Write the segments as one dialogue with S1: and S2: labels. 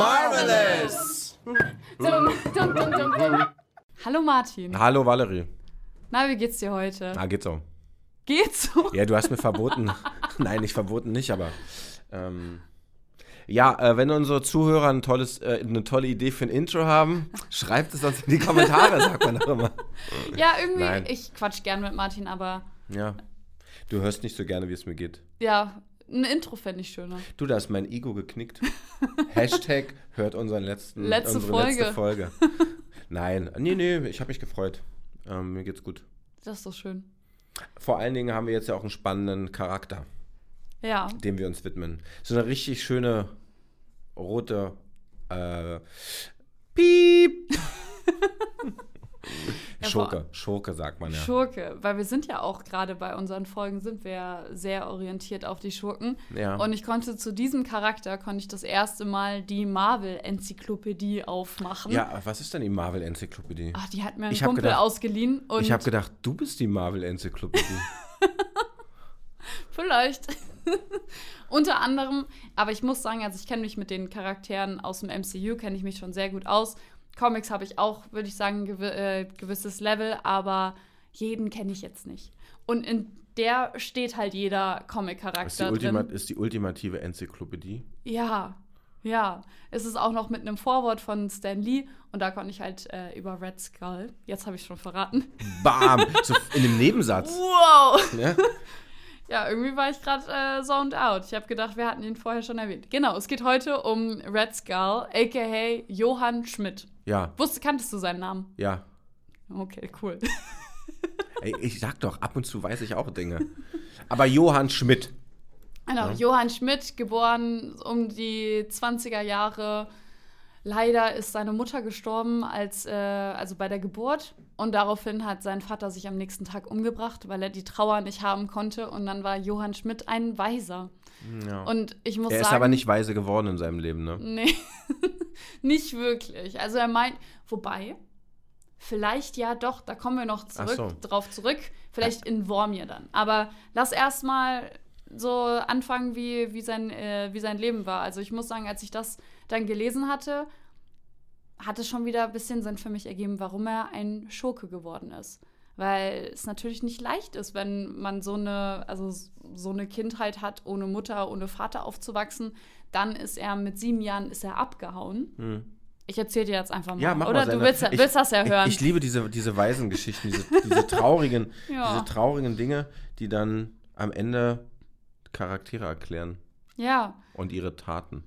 S1: Marvelous!
S2: Hallo Martin.
S1: Hallo Valerie.
S2: Na, wie geht's dir heute?
S1: Na, geht's um.
S2: Geht's so?
S1: Ja, du hast mir verboten. Nein, nicht verboten, nicht, aber. Ähm, ja, äh, wenn unsere Zuhörer ein tolles, äh, eine tolle Idee für ein Intro haben, schreibt es uns in die Kommentare, sagt man doch immer.
S2: Ja, irgendwie,
S1: Nein.
S2: ich quatsch gern mit Martin, aber
S1: Ja. Du hörst nicht so gerne, wie es mir geht.
S2: ja, ein Intro fände ich schöner.
S1: Du, da ist mein Ego geknickt. Hashtag hört unseren letzten,
S2: Letzte
S1: unsere letzte Folge. Nein, nee, nee, ich habe mich gefreut. Ähm, mir geht's gut.
S2: Das ist doch schön.
S1: Vor allen Dingen haben wir jetzt ja auch einen spannenden Charakter,
S2: Ja,
S1: dem wir uns widmen. So eine richtig schöne rote äh, Piep.
S2: Ja,
S1: Schurke, Schurke sagt man ja.
S2: Schurke, weil wir sind ja auch gerade bei unseren Folgen, sind wir ja sehr orientiert auf die Schurken.
S1: Ja.
S2: Und ich konnte zu diesem Charakter, konnte ich das erste Mal die Marvel-Enzyklopädie aufmachen.
S1: ja, was ist denn die Marvel-Enzyklopädie?
S2: Ach, die hat mir ein
S1: Ich hab
S2: Kumpel
S1: gedacht-
S2: ausgeliehen Ah, und
S1: Ich habe gedacht, du bist die Marvel-Enzyklopädie.
S2: Vielleicht. Unter anderem, aber ich muss sagen, also ich kenne mich mit den Charakteren aus dem MCU, kenne ich mich schon sehr gut aus. Comics habe ich auch, würde ich sagen, gewi äh, gewisses Level, aber jeden kenne ich jetzt nicht. Und in der steht halt jeder
S1: ist, die
S2: Comic-Charakter
S1: Ultima
S2: drin.
S1: ist die ultimative Enzyklopädie.
S2: Ja, ja. Es ist auch noch mit einem Vorwort von Stan Lee und da konnte ich halt äh, über Red Skull, jetzt habe ich schon verraten.
S1: Bam! So in dem Nebensatz.
S2: Wow!
S1: Ne?
S2: Ja, irgendwie war ich gerade äh, zoned out. Ich habe gedacht, wir hatten ihn vorher schon erwähnt. Genau, es geht heute um Red Skull, a.k.a. Johann Schmidt.
S1: Ja,
S2: Wusste, kanntest du seinen Namen?
S1: ja.
S2: Okay, cool.
S1: Ey, ich sag doch, ab und zu weiß ich auch Dinge. Aber Johann Schmidt.
S2: Genau,
S1: Ja.
S2: Johann Schmidt, geboren um die 20er Jahre. Leider ist seine Mutter gestorben, als, äh, also bei der Geburt. Und daraufhin hat sein Vater sich am nächsten Tag umgebracht, weil er die Trauer nicht haben konnte. Und dann war Johann Schmidt ein Weiser.
S1: Ja.
S2: Und ich muss
S1: er
S2: sagen.
S1: ist aber nicht weise geworden in seinem Leben, ne?
S2: Nee, nicht wirklich. Also er meint, wobei, vielleicht ja doch, da kommen wir noch zurück,
S1: so.
S2: drauf zurück, vielleicht in Wormir dann. Aber lass erstmal so anfangen, wie, wie, sein, äh, wie sein Leben war. Also ich muss sagen, als ich das dann gelesen hatte, hat es schon wieder ein bisschen Sinn für mich ergeben, warum er ein Schurke geworden ist. Weil es natürlich nicht leicht ist, wenn man so eine, also so eine Kindheit hat, ohne Mutter, ohne Vater aufzuwachsen. Dann ist er mit sieben Jahren ist er abgehauen.
S1: Hm.
S2: Ich erzähle dir jetzt einfach mal.
S1: Ja, mach
S2: Oder
S1: mal seine,
S2: du willst,
S1: ich,
S2: willst das ja hören.
S1: Ich, ich liebe diese, diese Waisengeschichten, diese, diese, traurigen,
S2: Ja.
S1: diese traurigen Dinge, die dann am Ende Charaktere erklären
S2: ja.
S1: und ihre Taten.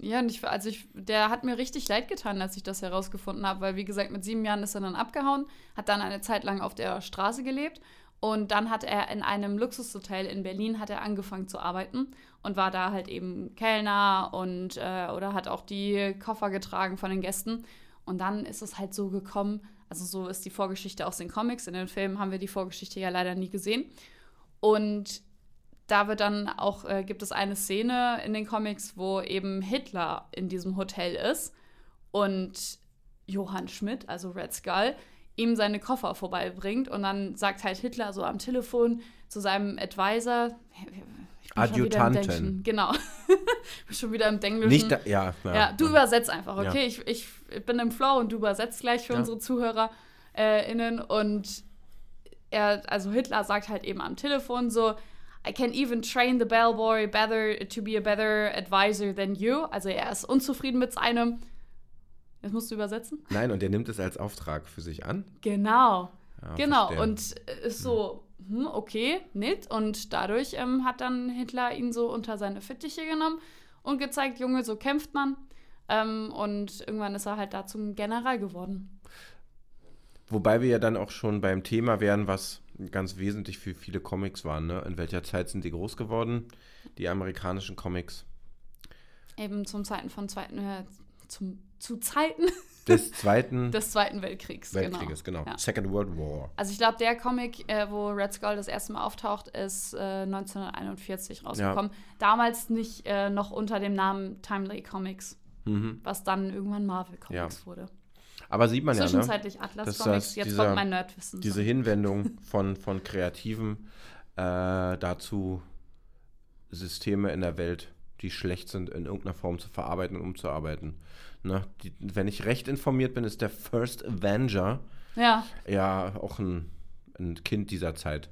S2: Ja, und ich, also ich, der hat mir richtig leid getan, als ich das herausgefunden habe, weil wie gesagt, mit sieben Jahren ist er dann abgehauen, hat dann eine Zeit lang auf der Straße gelebt und dann hat er in einem Luxushotel in Berlin hat er angefangen zu arbeiten und war da halt eben Kellner und äh, oder hat auch die Koffer getragen von den Gästen und dann ist es halt so gekommen, also so ist die Vorgeschichte aus den Comics, in den Filmen haben wir die Vorgeschichte ja leider nie gesehen und da wird dann auch, äh, gibt es eine Szene in den Comics, wo eben Hitler in diesem Hotel ist und Johann Schmidt, also Red Skull, ihm seine Koffer vorbeibringt und dann sagt halt Hitler so am Telefon zu seinem Advisor, ich bin schon wieder im
S1: Adjutanten.
S2: Denglischen. Genau. ich bin schon wieder im Denglischen.
S1: Nicht, da, ja, ja,
S2: Mhm. Ja, du übersetzt einfach,
S1: Ja.
S2: okay? Ich, ich bin im Flow und du übersetzt gleich für
S1: Ja.
S2: unsere ZuhörerInnen. und er, also Hitler sagt halt eben am Telefon so, I can even train the bellboy better to be a better advisor than you. Also er ist unzufrieden mit seinem. Jetzt musst du übersetzen?
S1: Nein, und er nimmt es als Auftrag für sich an.
S2: Genau.
S1: Ja,
S2: genau.
S1: verstehe.
S2: Und äh, ist so, hm, okay, nett. Und dadurch ähm, hat dann Hitler ihn so unter seine Fittiche genommen und gezeigt, Junge, so kämpft man. Ähm, und irgendwann ist er halt da zum General geworden.
S1: Wobei wir ja dann auch schon beim Thema wären, was ganz wesentlich für viele Comics waren. Ne? In welcher Zeit sind die groß geworden? Die amerikanischen Comics.
S2: Eben zum Zeiten von zweiten, äh, zum, zu Zeiten
S1: Des Zweiten
S2: des Zweiten Weltkriegs.
S1: Weltkrieges, genau.
S2: Ja.
S1: Second World War.
S2: Also ich glaube, der Comic, äh, wo Red Skull das erste Mal auftaucht, ist äh, 1941 rausgekommen. Damals nicht äh, noch unter dem Namen Timely Comics,
S1: Mhm.
S2: was dann irgendwann Marvel Comics wurde.
S1: Aber sieht man ja, ne?
S2: Zwischenzeitlich Atlas
S1: Das
S2: Comics.
S1: heißt,
S2: Jetzt
S1: dieser-
S2: kommt mein Nerdwissen.
S1: diese Hinwendung von, von Kreativen äh, dazu, Systeme in der Welt, die schlecht sind, in irgendeiner Form zu verarbeiten und umzuarbeiten. Ne? Die, wenn ich recht informiert bin, ist der First Avenger
S2: ja,
S1: ja auch ein, ein Kind dieser Zeit.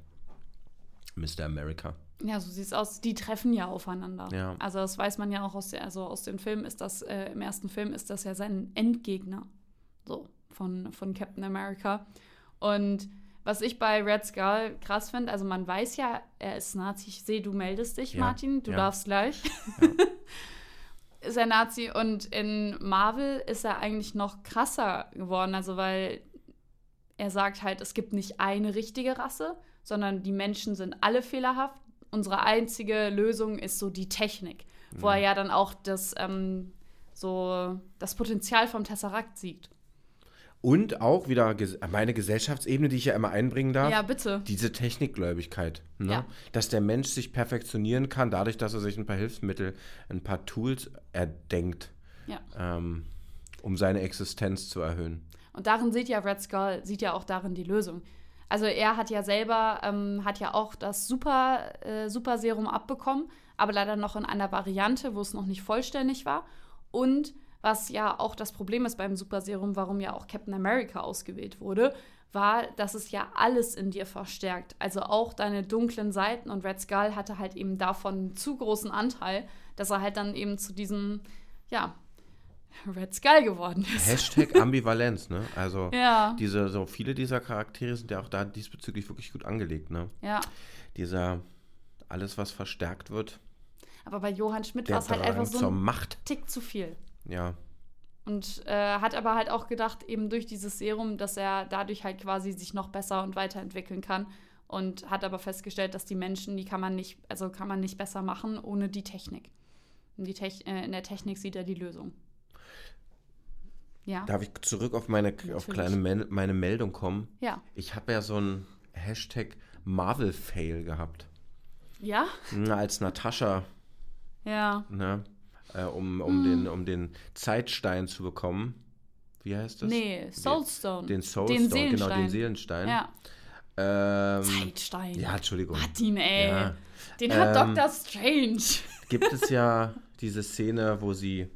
S1: Mr. America.
S2: ja, so sieht's aus. Die treffen ja aufeinander.
S1: Ja.
S2: Also das weiß man ja auch aus der, also aus dem Film ist das, äh, im ersten Film ist das ja sein Endgegner. So, von, von Captain America. Und was ich bei Red Skull krass finde, also man weiß ja, er ist Nazi. Ich sehe, du meldest dich,
S1: Ja,
S2: Martin, du
S1: ja.
S2: darfst gleich. ist er Nazi und in Marvel ist er eigentlich noch krasser geworden, also weil er sagt halt, es gibt nicht eine richtige Rasse, sondern die Menschen sind alle fehlerhaft. Unsere einzige Lösung ist so die Technik,
S1: Mhm.
S2: wo er ja dann auch das, ähm, so das Potenzial vom Tesseract sieht.
S1: Und auch wieder ges- meine Gesellschaftsebene, die ich ja immer einbringen darf.
S2: Ja, bitte.
S1: diese Technikgläubigkeit, ne?
S2: Ja.
S1: dass der Mensch sich perfektionieren kann, dadurch, dass er sich ein paar Hilfsmittel, ein paar Tools erdenkt,
S2: Ja.
S1: ähm, um seine Existenz zu erhöhen.
S2: Und darin sieht ja Red Skull, sieht ja auch darin die Lösung. Also er hat ja selber, ähm, hat ja auch das Super, äh, Super Serum abbekommen, aber leider noch in einer Variante, wo es noch nicht vollständig war. Und was ja auch das Problem ist beim Super Serum, warum ja auch Captain America ausgewählt wurde, war, dass es ja alles in dir verstärkt. Also auch deine dunklen Seiten. Und Red Skull hatte halt eben davon einen zu großen Anteil, dass er halt dann eben zu diesem, ja, Red Skull geworden ist.
S1: Hashtag Ambivalenz, ne? Also
S2: Ja.
S1: diese, so viele dieser Charaktere sind ja auch da diesbezüglich wirklich gut angelegt, ne?
S2: Ja,
S1: Dieser alles, was verstärkt wird,
S2: aber bei Johann Schmidt war
S1: der
S2: es halt einfach
S1: Drang
S2: so
S1: zur
S2: ein
S1: Macht.
S2: Tick zu viel.
S1: Ja.
S2: Und äh, hat aber halt auch gedacht, eben durch dieses Serum, dass er dadurch halt quasi sich noch besser und weiterentwickeln kann. Und hat aber festgestellt, dass die Menschen, die kann man nicht, also kann man nicht besser machen ohne die Technik. Und die Tech äh, in der Technik sieht er die Lösung. Ja.
S1: Darf ich zurück auf meine auf
S2: Natürlich.
S1: kleine Mel meine Meldung kommen?
S2: Ja.
S1: Ich habe ja so ein Hashtag Marvel-Fail gehabt.
S2: Ja?
S1: Na, ne, als Natascha
S2: Ja.
S1: ne? Äh, um,
S2: Hm.
S1: um, den, um den Zeitstein zu bekommen. Wie heißt das?
S2: nee, Soulstone.
S1: Den, den Soulstone, genau, den
S2: Seelenstein.
S1: Seelenstein.
S2: Ja.
S1: Ähm,
S2: Zeitstein.
S1: ja, Entschuldigung.
S2: Martin, ey.
S1: Ja.
S2: Den hat
S1: Ähm,
S2: Dr. Strange.
S1: Gibt es ja diese Szene, wo sie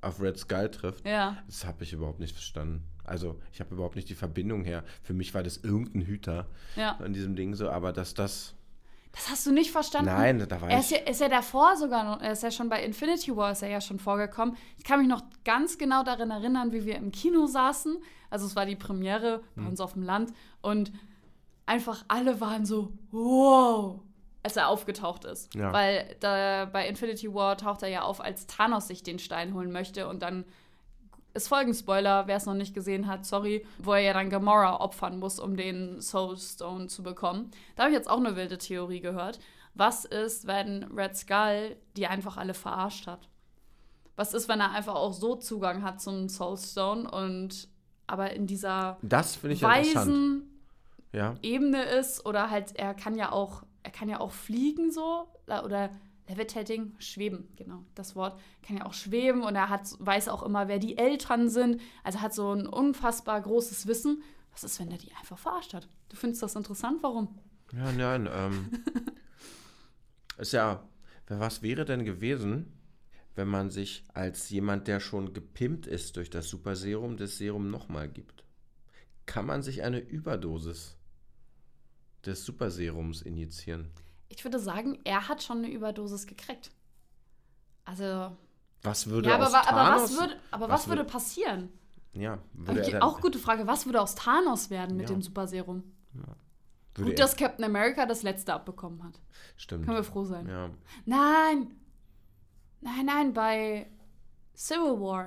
S1: auf Red Skull trifft.
S2: Ja.
S1: Das habe ich überhaupt nicht verstanden. Also, ich habe überhaupt nicht die Verbindung her. Für mich war das irgendein Hüter
S2: Ja.
S1: in diesem Ding so, aber dass das.
S2: Das hast du nicht verstanden.
S1: Nein, da war
S2: Er
S1: ich.
S2: ist ja, ist ja davor sogar noch, er ist ja schon bei Infinity War, ist er ja schon vorgekommen. Ich kann mich noch ganz genau daran erinnern, wie wir im Kino saßen. Also es war die Premiere
S1: Hm.
S2: bei uns auf dem Land und einfach alle waren so, wow, als er aufgetaucht ist.
S1: Ja.
S2: Weil da, bei Infinity War taucht er ja auf, als Thanos sich den Stein holen möchte und dann es folgen Spoiler, wer es noch nicht gesehen hat, sorry, wo er ja dann Gamora opfern muss, um den Soulstone zu bekommen. Da habe ich jetzt auch eine wilde Theorie gehört. Was ist, wenn Red Skull die einfach alle verarscht hat? Was ist, wenn er einfach auch so Zugang hat zum Soulstone und aber in dieser
S1: Das finde ich interessant.
S2: weisen
S1: Ja.
S2: Ebene ist oder halt er kann ja auch er kann ja auch fliegen so la- oder levitating schweben genau das Wort kann ja auch schweben und er hat weiß auch immer wer die Eltern sind also hat so ein unfassbar großes Wissen was ist wenn er die einfach verarscht hat du findest das interessant warum
S1: Ja, nein, ähm. ist ja. Was wäre denn gewesen, wenn man sich als jemand, der schon gepimpt ist durch das Superserum, das Serum nochmal gibt? Kann man sich eine Überdosis des Superserums injizieren?
S2: ich würde sagen er hat schon eine Überdosis gekriegt also
S1: Was würde
S2: ja, aber,
S1: aus
S2: wa- aber
S1: Thanos,
S2: was würde aber was,
S1: was
S2: würde
S1: würd-
S2: passieren
S1: Ja, würde er dann,
S2: auch gute Frage was würde aus Thanos werden mit
S1: Ja.
S2: dem Superserum
S1: würde
S2: Gut,
S1: er,
S2: dass Captain America das letzte abbekommen hat.
S1: stimmt.
S2: Können wir froh sein.
S1: ja,
S2: Nein! Nein, nein, bei Civil War.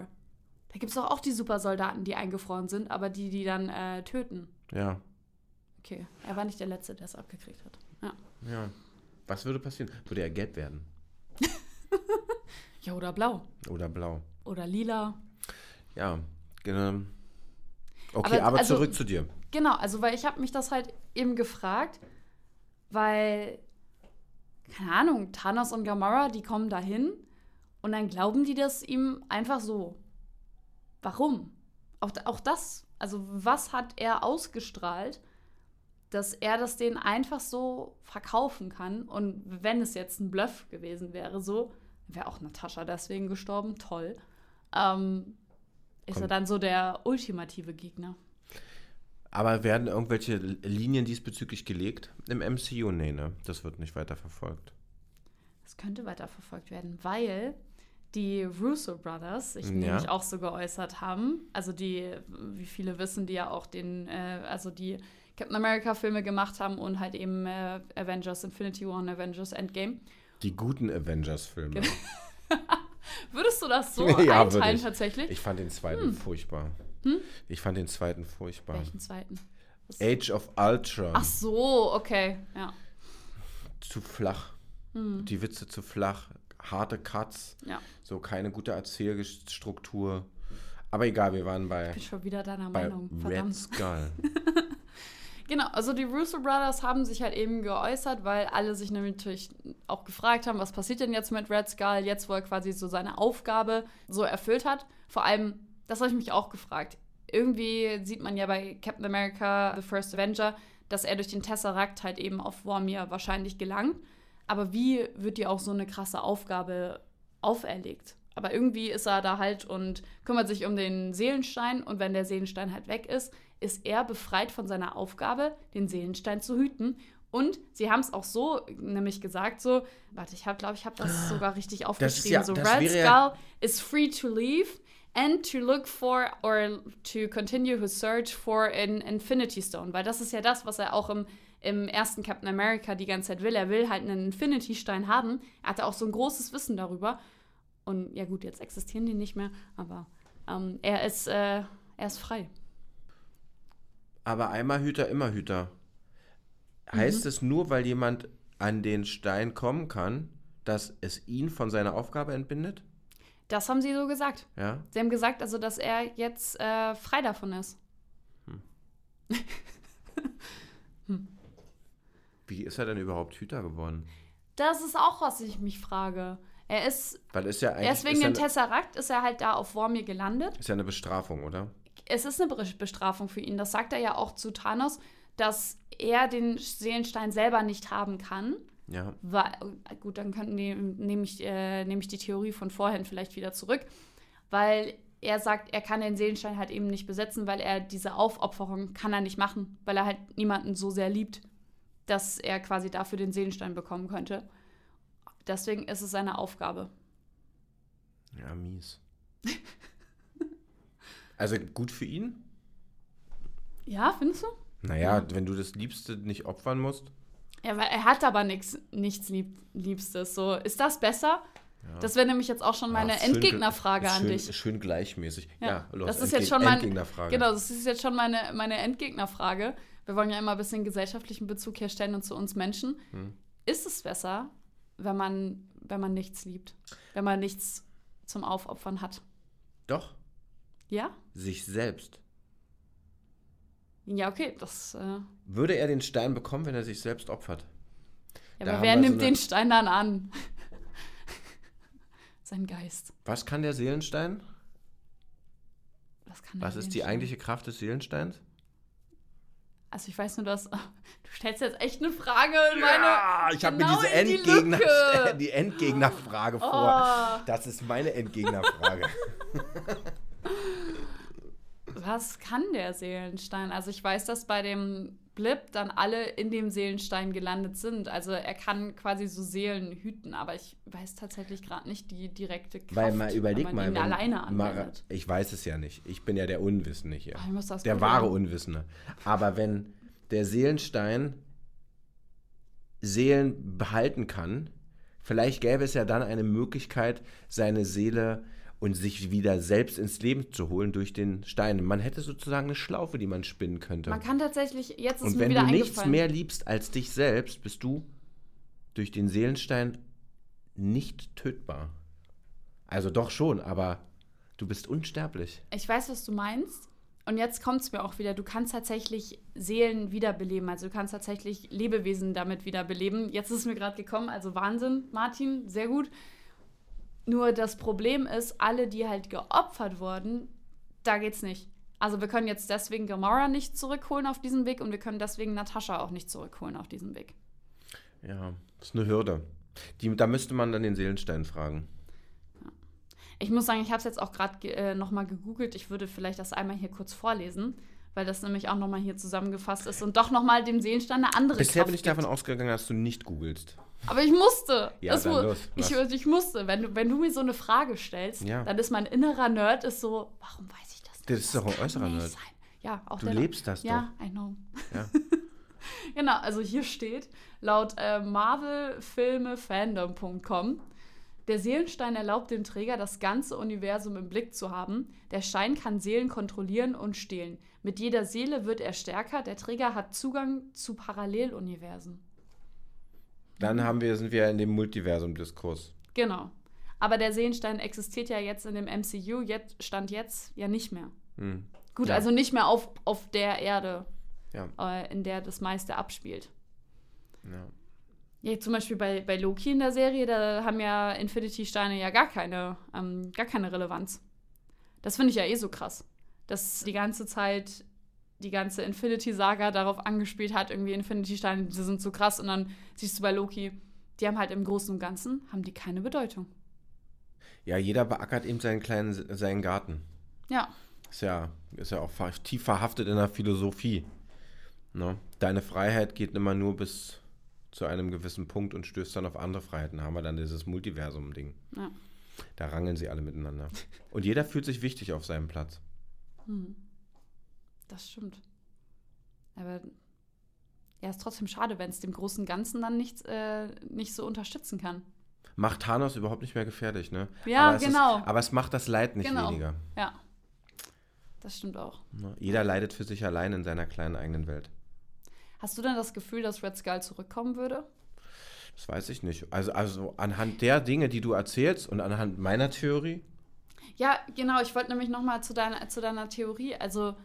S2: Da gibt es doch auch die Supersoldaten, die eingefroren sind, aber die, die dann äh, töten.
S1: ja,
S2: Okay, er war nicht der Letzte, der es abgekriegt hat. Ja.
S1: ja. Was würde passieren? Würde er gelb werden?
S2: ja, oder blau.
S1: Oder blau?
S2: Oder lila.
S1: Ja, genau. Okay, aber,
S2: Aber also-
S1: zurück zu dir.
S2: Genau, also weil ich habe mich das halt eben gefragt, weil, keine Ahnung, Thanos und Gamora, die kommen dahin und dann glauben die das ihm einfach so. Warum? auch, auch das, also was hat er ausgestrahlt, dass er das denen einfach so verkaufen kann? Und wenn es jetzt ein Bluff gewesen wäre, so wäre auch Natascha deswegen gestorben, toll. Ähm, ist
S1: Komm.
S2: er dann so der ultimative Gegner?
S1: Aber werden irgendwelche Linien diesbezüglich gelegt? Im MCU? Nee, ne? Das wird nicht weiter verfolgt.
S2: Das könnte weiterverfolgt werden, weil die Russo Brothers sich nämlich auch so geäußert haben. Also die, wie viele wissen, die ja auch den, äh, also die Captain America-Filme gemacht haben und halt eben äh, Avengers Infinity War und Avengers Endgame.
S1: Die guten Avengers-Filme.
S2: Genau. Würdest du das so
S1: Ja, würde
S2: einteilen
S1: ich.
S2: tatsächlich?
S1: Ich fand den zweiten furchtbar. Ich fand den zweiten furchtbar.
S2: Hm. Welchen zweiten?
S1: Ähm,
S2: Was-
S1: Age of Ultron.
S2: Ach so, okay, ja.
S1: Zu flach. Die Witze zu flach. Harte Cuts.
S2: Hm. Ja,
S1: So keine gute Erzählstruktur. Aber egal, wir waren bei,
S2: bin schon wieder deiner
S1: bei
S2: Meinung.
S1: Red
S2: Verdammt.
S1: Skull.
S2: Genau, also die Russo Brothers haben sich halt eben geäußert, weil alle sich nämlich natürlich auch gefragt haben, was passiert denn jetzt mit Red Skull, jetzt wo er quasi so seine Aufgabe so erfüllt hat. Vor allem, das habe ich mich auch gefragt. Irgendwie sieht man ja bei Captain America The First Avenger, dass er durch den Tesseract halt eben auf Vormir wahrscheinlich gelangt. Aber wie wird dir auch so eine krasse Aufgabe auferlegt? Aber irgendwie ist er da halt und kümmert sich um den Seelenstein. Und wenn der Seelenstein halt weg ist, ist er befreit von seiner Aufgabe, den Seelenstein zu hüten. Und sie haben es auch so nämlich gesagt, so, warte, ich habe, glaube ich, habe das sogar richtig aufgeschrieben.
S1: Ah, ja-
S2: so,
S1: das
S2: Red
S1: wäre
S2: Skull
S1: ja-
S2: is free to leave and to look for or to continue his search for an Infinity Stone. Weil das ist ja das, was er auch im, im ersten Captain America die ganze Zeit will. Er will halt einen Infinity Stein haben. Er hatte auch so ein großes Wissen darüber. Und ja gut, jetzt existieren die nicht mehr, aber ähm, er, ist, äh, er ist frei.
S1: Aber einmal Hüter, immer Hüter.
S2: Mhm.
S1: Heißt es nur, weil jemand an den Stein kommen kann, dass es ihn von seiner Aufgabe entbindet?
S2: Das haben sie so gesagt.
S1: Ja.
S2: Sie haben gesagt, also, dass er jetzt äh, frei davon ist.
S1: Wie ist er denn überhaupt Hüter geworden?
S2: Das ist auch, was ich mich frage. Er ist,
S1: Weil ist ja eigentlich
S2: er ist wegen
S1: ist, ja
S2: dem
S1: eine,
S2: Tesseract, ist er halt da auf Vormir gelandet.
S1: ist ja eine Bestrafung, oder?
S2: es ist eine Be- Bestrafung für ihn. Das sagt er ja auch zu Thanos, dass er den Seelenstein selber nicht haben kann.
S1: Ja.
S2: Weil, gut, dann könnten die, nehme ich, äh, nehme ich die Theorie von vorhin vielleicht wieder zurück, weil er sagt, er kann den Seelenstein halt eben nicht besetzen, weil er diese Aufopferung kann er nicht machen, weil er halt niemanden so sehr liebt, dass er quasi dafür den Seelenstein bekommen könnte. Deswegen ist es seine Aufgabe.
S1: Ja, mies. also gut für ihn?
S2: Ja, findest du?
S1: Naja, wenn du das Liebste nicht opfern musst.
S2: Ja, weil er hat aber nix, nichts Lieb Liebstes. So, ist das besser?
S1: Ja.
S2: Das wäre nämlich jetzt auch schon meine
S1: Ach, schön gl-
S2: Endgegnerfrage
S1: ist
S2: an
S1: schön,
S2: dich.
S1: ist Schön gleichmäßig. Ja, los.
S2: das ist
S1: Entgeg-
S2: jetzt schon mein,
S1: Endgegnerfrage.
S2: Genau, das ist jetzt schon meine, meine Endgegnerfrage. Wir wollen ja immer ein bisschen gesellschaftlichen Bezug herstellen und zu uns Menschen.
S1: Hm.
S2: Ist es besser, wenn man, wenn man nichts liebt? Wenn man nichts zum Aufopfern hat?
S1: Doch,
S2: Ja?
S1: sich selbst.
S2: Ja, okay, das. Äh, ja,
S1: Würde er den Stein bekommen, wenn er sich selbst opfert? Da
S2: aber
S1: haben
S2: wer
S1: wir so
S2: nimmt
S1: eine-
S2: den Stein dann an? Sein Geist.
S1: Was kann der Seelenstein?
S2: Was kann
S1: Was
S2: der
S1: ist
S2: denn
S1: die
S2: schon?
S1: eigentliche Kraft des Seelensteins?
S2: Also ich weiß nur, dass du stellst jetzt echt eine Frage in
S1: Ja, ich habe
S2: genau
S1: mir diese
S2: in die
S1: Endgegner,
S2: Lücke.
S1: die Endgegnerfrage vor.
S2: meine.
S1: Das ist meine Endgegnerfrage.
S2: Oh, was kann der Seelenstein? Also ich weiß, dass bei dem Blip dann alle in dem Seelenstein gelandet sind. Also er kann quasi so Seelen hüten, aber ich weiß tatsächlich gerade nicht die direkte Kraft,
S1: Weil mal überleg
S2: wenn
S1: mal,
S2: man ihn alleine
S1: Mara-
S2: anwendet.
S1: ich weiß es ja nicht. Ich bin ja der Unwissende hier.
S2: Oh, ich muss das
S1: der
S2: googeln.
S1: wahre Unwissende. Aber wenn der Seelenstein Seelen behalten kann, vielleicht gäbe es ja dann eine Möglichkeit, seine Seele und sich wieder selbst ins Leben zu holen durch den Stein. Man hätte sozusagen eine Schlaufe, die man spinnen könnte.
S2: Man kann tatsächlich, jetzt ist
S1: und
S2: mir
S1: wenn
S2: wieder
S1: du nichts
S2: eingefallen.
S1: mehr liebst als dich selbst, bist du durch den Seelenstein nicht tötbar. Also doch schon, aber du bist unsterblich.
S2: Ich weiß, was du meinst. Und jetzt kommt es mir auch wieder. Du kannst tatsächlich Seelen wiederbeleben. Also du kannst tatsächlich Lebewesen damit wiederbeleben. Jetzt ist es mir gerade gekommen. Also Wahnsinn, Martin, sehr gut. Nur das Problem ist, alle, die halt geopfert wurden, da geht's nicht. Also wir können jetzt deswegen Gamora nicht zurückholen auf diesem Weg und wir können deswegen Natascha auch nicht zurückholen auf diesem Weg.
S1: Ja, ist eine Hürde. Die, da müsste man dann den Seelenstein fragen.
S2: Ich muss sagen, ich habe es jetzt auch gerade ge äh, nochmal gegoogelt. Ich würde vielleicht das einmal hier kurz vorlesen, weil das nämlich auch nochmal hier zusammengefasst ist und doch nochmal dem Seelenstein eine andere
S1: Bisher
S2: Also Kraft
S1: bin ich
S2: gibt.
S1: davon ausgegangen, dass du nicht googelst.
S2: Aber ich musste.
S1: Ja,
S2: Es
S1: dann
S2: mu-
S1: los,
S2: ich,
S1: was?
S2: ich musste. Wenn du, wenn du mir so eine Frage stellst,
S1: Ja.
S2: dann ist mein innerer Nerd ist so, warum weiß ich das nicht?
S1: Das ist doch ein
S2: kann
S1: äußerer
S2: nicht
S1: Nerd.
S2: Sein. Ja, auch
S1: Du
S2: der
S1: lebst das
S2: Ja, I know.
S1: Ja.
S2: genau, also hier steht laut äh, marvelfilmefandom.com der Seelenstein erlaubt dem Träger, das ganze Universum im Blick zu haben. Der Stein kann Seelen kontrollieren und stehlen. Mit jeder Seele wird er stärker. Der Träger hat Zugang zu Paralleluniversen.
S1: Dann haben wir, sind wir in dem Multiversum-Diskurs.
S2: Genau. Aber der Seelenstein existiert ja jetzt in dem MCU, jetzt, Stand jetzt, ja nicht mehr.
S1: Hm.
S2: Gut,
S1: Ja.
S2: also nicht mehr auf, auf der Erde,
S1: Ja.
S2: äh, in der das meiste abspielt.
S1: ja.
S2: Ja, zum Beispiel bei, bei Loki in der Serie, da haben ja Infinity-Steine ja gar keine, ähm, gar keine Relevanz. Das finde ich ja eh so krass, dass die ganze Zeit die ganze Infinity-Saga darauf angespielt hat, irgendwie Infinity-Steine, die sind so krass. Und dann siehst du bei Loki, die haben halt im Großen und Ganzen, haben die keine Bedeutung.
S1: Ja, jeder beackert eben seinen kleinen seinen Garten.
S2: Ja.
S1: Ist ja, ist ja auch ver- tief verhaftet in der Philosophie. Ne? Deine Freiheit geht immer nur bis zu einem gewissen Punkt und stößt dann auf andere Freiheiten. Haben wir dann dieses Multiversum-Ding.
S2: Ja.
S1: Da rangeln sie alle miteinander. Und jeder fühlt sich wichtig auf seinem Platz.
S2: Hm. Das stimmt. Aber ja, ist trotzdem schade, wenn es dem großen Ganzen dann nichts äh, nicht so unterstützen kann.
S1: Macht Thanos überhaupt nicht mehr gefährlich, ne?
S2: Ja,
S1: aber es
S2: genau.
S1: Ist, aber es macht das Leid nicht
S2: Genau.
S1: weniger.
S2: Ja. Das stimmt auch.
S1: Ne? Jeder leidet für sich allein in seiner kleinen eigenen Welt.
S2: Hast du denn das Gefühl, dass Red Skull zurückkommen würde?
S1: Das weiß ich nicht. Also, also anhand der Dinge, die du erzählst und anhand meiner Theorie,
S2: Ja, genau. Ich wollte nämlich noch mal zu deiner, zu deiner Theorie. Also,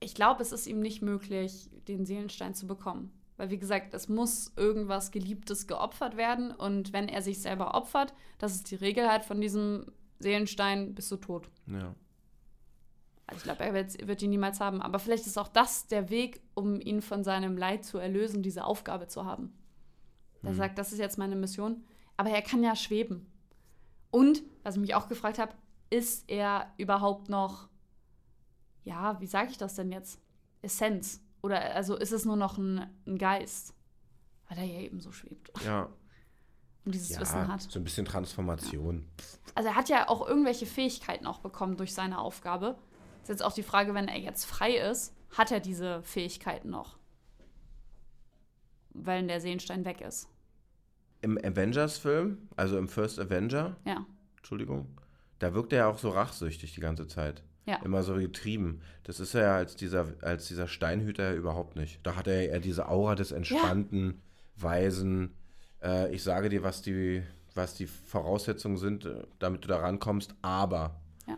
S2: ich glaube, es ist ihm nicht möglich, den Seelenstein zu bekommen. Weil, wie gesagt, es muss irgendwas Geliebtes geopfert werden. Und wenn er sich selber opfert, das ist die Regel halt von diesem Seelenstein, bist du tot.
S1: ja.
S2: Also ich glaube, er wird, wird ihn niemals haben. Aber vielleicht ist auch das der Weg, um ihn von seinem Leid zu erlösen, diese Aufgabe zu haben. Er
S1: Mhm.
S2: sagt, das ist jetzt meine Mission. Aber er kann ja schweben. Und, was ich mich auch gefragt habe, ist er überhaupt noch, ja, wie sage ich das denn jetzt? Essenz. Oder also ist es nur noch ein, ein Geist? Weil er ja eben so schwebt
S1: ja.
S2: und dieses
S1: ja,
S2: Wissen hat.
S1: So ein bisschen Transformation.
S2: Also er hat ja auch irgendwelche Fähigkeiten auch bekommen durch seine Aufgabe. Ist jetzt auch die Frage, wenn er jetzt frei ist, hat er diese Fähigkeiten noch? Weil der Seelenstein weg ist.
S1: Im Avengers-Film, also im First Avenger,
S2: Ja.
S1: Entschuldigung, da wirkt er ja auch so rachsüchtig die ganze Zeit.
S2: Ja.
S1: Immer so getrieben. Das ist er ja als dieser, als dieser Steinhüter überhaupt nicht. Da hat er ja eher diese Aura des entspannten, weisen, äh, ich sage dir, was die, was die Voraussetzungen sind, äh, damit du da rankommst, aber.
S2: Ja.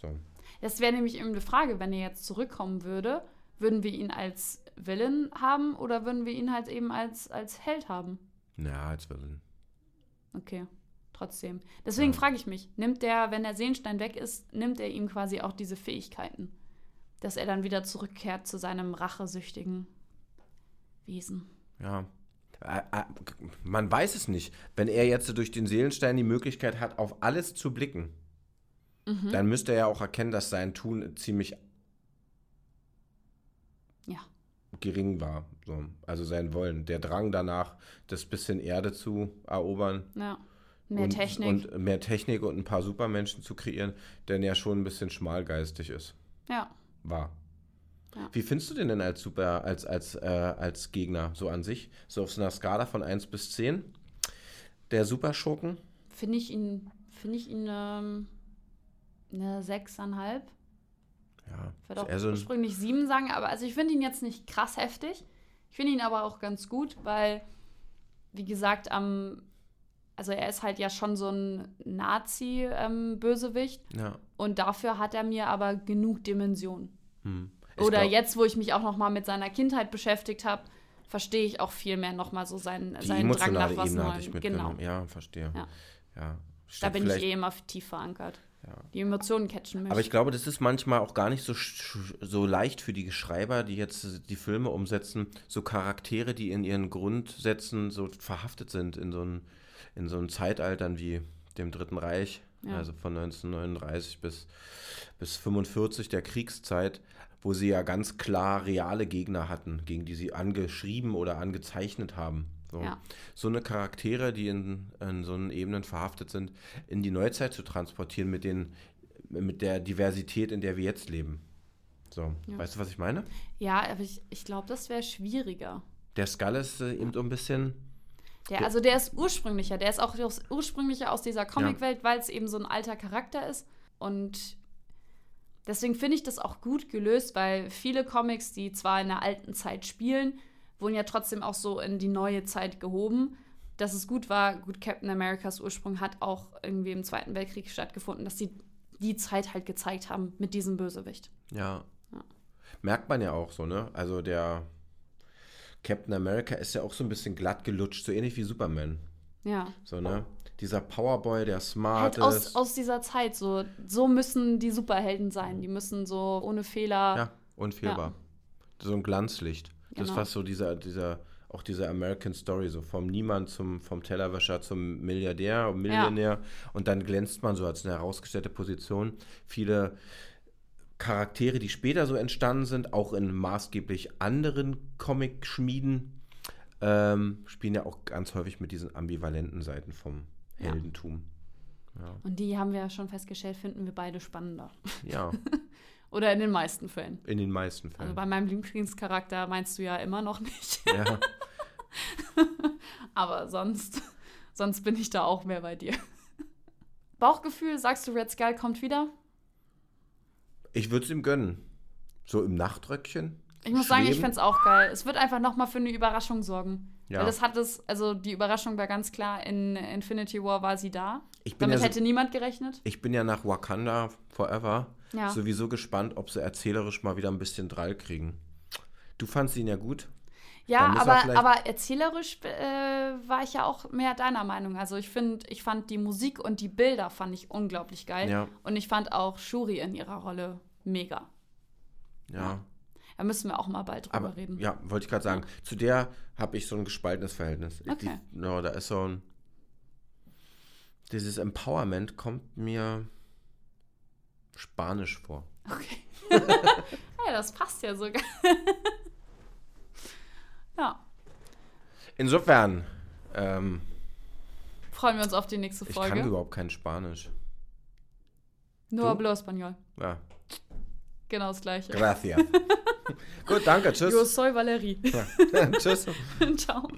S1: So.
S2: Das wäre nämlich eben eine Frage, wenn er jetzt zurückkommen würde, würden wir ihn als Villain haben oder würden wir ihn halt eben als, als Held haben?
S1: Ja, jetzt wird ein
S2: Okay, trotzdem. Deswegen
S1: Ja.
S2: frage ich mich, nimmt der, wenn der Seelenstein weg ist, nimmt er ihm quasi auch diese Fähigkeiten, dass er dann wieder zurückkehrt zu seinem rachesüchtigen Wesen.
S1: Ja. Ä- ä- Man weiß es nicht. Wenn er jetzt durch den Seelenstein die Möglichkeit hat, auf alles zu blicken,
S2: Mhm.
S1: dann müsste er ja auch erkennen, dass sein Tun ziemlich
S2: Ja.
S1: gering war. So. Also sein Wollen. Der Drang danach, das bisschen Erde zu erobern.
S2: Ja. Mehr
S1: und,
S2: Technik.
S1: Und mehr Technik und ein paar Supermenschen zu kreieren, denn er schon ein bisschen schmalgeistig ist.
S2: ja.
S1: War.
S2: Ja.
S1: Wie findest du den denn als Super, als, als, äh, als Gegner so an sich? So auf so einer Skala von 1 bis 10? Der Superschurken?
S2: Finde ich ihn, finde ich ihn ähm, eine 6,5.
S1: Ja.
S2: Ich werde auch
S1: eher so ein,
S2: ursprünglich sieben sagen, aber also ich finde ihn jetzt nicht krass heftig. Ich finde ihn aber auch ganz gut, weil, wie gesagt, am, also er ist halt ja schon so ein Nazi-Bösewicht
S1: ja.
S2: und dafür hat er mir aber genug Dimensionen.
S1: Hm. Ich
S2: Oder
S1: glaub,
S2: jetzt, wo ich mich auch noch mal mit seiner Kindheit beschäftigt habe, verstehe ich auch viel mehr noch mal so seinen,
S1: Die
S2: seinen Drang
S1: emotionale
S2: nach was
S1: Ebene hatte ich
S2: Neuem. Genau,
S1: mitgenommen. Ja, verstehe.
S2: Ja.
S1: Ja.
S2: da
S1: Steht
S2: bin ich
S1: vielleicht-
S2: eh immer tief verankert. die Emotionen catchen möchte.
S1: Aber ich glaube, das ist manchmal auch gar nicht so, sch- so leicht für die Schreiber, die jetzt die Filme umsetzen, so Charaktere, die in ihren Grundsätzen so verhaftet sind in so ein, in so ein Zeitaltern wie dem Dritten Reich,
S2: Ja.
S1: also von 1939 bis, bis 45 der Kriegszeit, wo sie ja ganz klar reale Gegner hatten, gegen die sie angeschrieben oder angezeichnet haben. So.
S2: Ja.
S1: so eine Charaktere, die in, in so einen Ebenen verhaftet sind, in die Neuzeit zu transportieren mit den mit der Diversität, in der wir jetzt leben. So,
S2: Ja.
S1: weißt du, was ich meine?
S2: ja, aber ich, ich glaube, das wäre schwieriger.
S1: Der Skull ist äh, eben so ein bisschen,
S2: Der,
S1: Ja.
S2: also der ist ursprünglicher, der ist auch aus, ursprünglicher aus dieser Comicwelt, weil es eben so ein alter Charakter ist. Und deswegen finde ich das auch gut gelöst, weil viele Comics, die zwar in der alten Zeit spielen, wurden ja trotzdem auch so in die neue Zeit gehoben. Dass es gut war, gut, Captain Americas Ursprung hat auch irgendwie im Zweiten Weltkrieg stattgefunden, dass sie die Zeit halt gezeigt haben mit diesem Bösewicht.
S1: ja.
S2: Ja.
S1: Merkt man ja auch so, ne? Also der Captain America ist ja auch so ein bisschen glatt gelutscht, so ähnlich wie Superman.
S2: Ja.
S1: So, ne? Dieser Powerboy, der smart
S2: Oh. Halt aus,
S1: ist.
S2: aus dieser Zeit so. So müssen die Superhelden sein. Die müssen so ohne Fehler.
S1: ja, unfehlbar. So ein Glanzlicht. Das ist
S2: Genau.
S1: fast so dieser, dieser, auch diese American Story, so vom Niemand zum, vom Tellerwäscher zum Milliardär und Millionär. Und dann glänzt man so als eine herausgestellte Position. Viele Charaktere, die später so entstanden sind, auch in maßgeblich anderen Comic-Schmieden, ähm, spielen ja auch ganz häufig mit diesen ambivalenten Seiten vom
S2: Ja.
S1: Heldentum. Ja.
S2: Und die haben wir ja schon festgestellt, finden wir beide spannender.
S1: ja,
S2: Oder in den meisten Fällen.
S1: in den meisten Fällen.
S2: Also bei meinem Lieblingscharakter meinst du ja immer noch nicht.
S1: ja.
S2: Aber sonst, sonst bin ich da auch mehr bei dir. Bauchgefühl, sagst du, Red Skull kommt wieder?
S1: Ich würde es ihm gönnen. So im Nachtröckchen.
S2: Ich muss sagen, ich
S1: schweben.
S2: fände es auch geil. Es wird einfach nochmal für eine Überraschung sorgen.
S1: Ja.
S2: Weil das hat es, also die Überraschung war ganz klar, in Infinity War war sie da.
S1: Ich bin,
S2: Damit
S1: ja so,
S2: hätte niemand gerechnet.
S1: ich bin ja nach Wakanda Forever
S2: Ja.
S1: sowieso gespannt, ob sie erzählerisch mal wieder ein bisschen Drall kriegen. Du fandst ihn ja gut.
S2: Ja,
S1: Dann ist er
S2: aber,
S1: vielleicht-
S2: aber erzählerisch äh, war ich ja auch mehr deiner Meinung. Also ich finde, ich fand die Musik und die Bilder fand ich unglaublich geil.
S1: Ja.
S2: Und ich fand auch Shuri in ihrer Rolle mega.
S1: Ja.
S2: Ja, Da müssen wir auch mal bald drüber
S1: Aber
S2: reden.
S1: ja, wollte ich gerade sagen. Zu der habe ich so ein gespaltenes Verhältnis. Ich-
S2: Okay.
S1: Die, ja, da ist so ein. Dieses Empowerment kommt mir spanisch vor.
S2: Okay. ja, das passt ja sogar. ja,
S1: Insofern, ähm,
S2: freuen wir uns auf die nächste
S1: ich kann
S2: Folge.
S1: überhaupt kein Spanisch.
S2: Nur
S1: du?
S2: Blau Español.
S1: Ja,
S2: Genau das gleiche.
S1: gracias. Gut, danke,
S2: Yo
S1: tschüss.
S2: soy Valerie.
S1: tschüss.
S2: Ciao.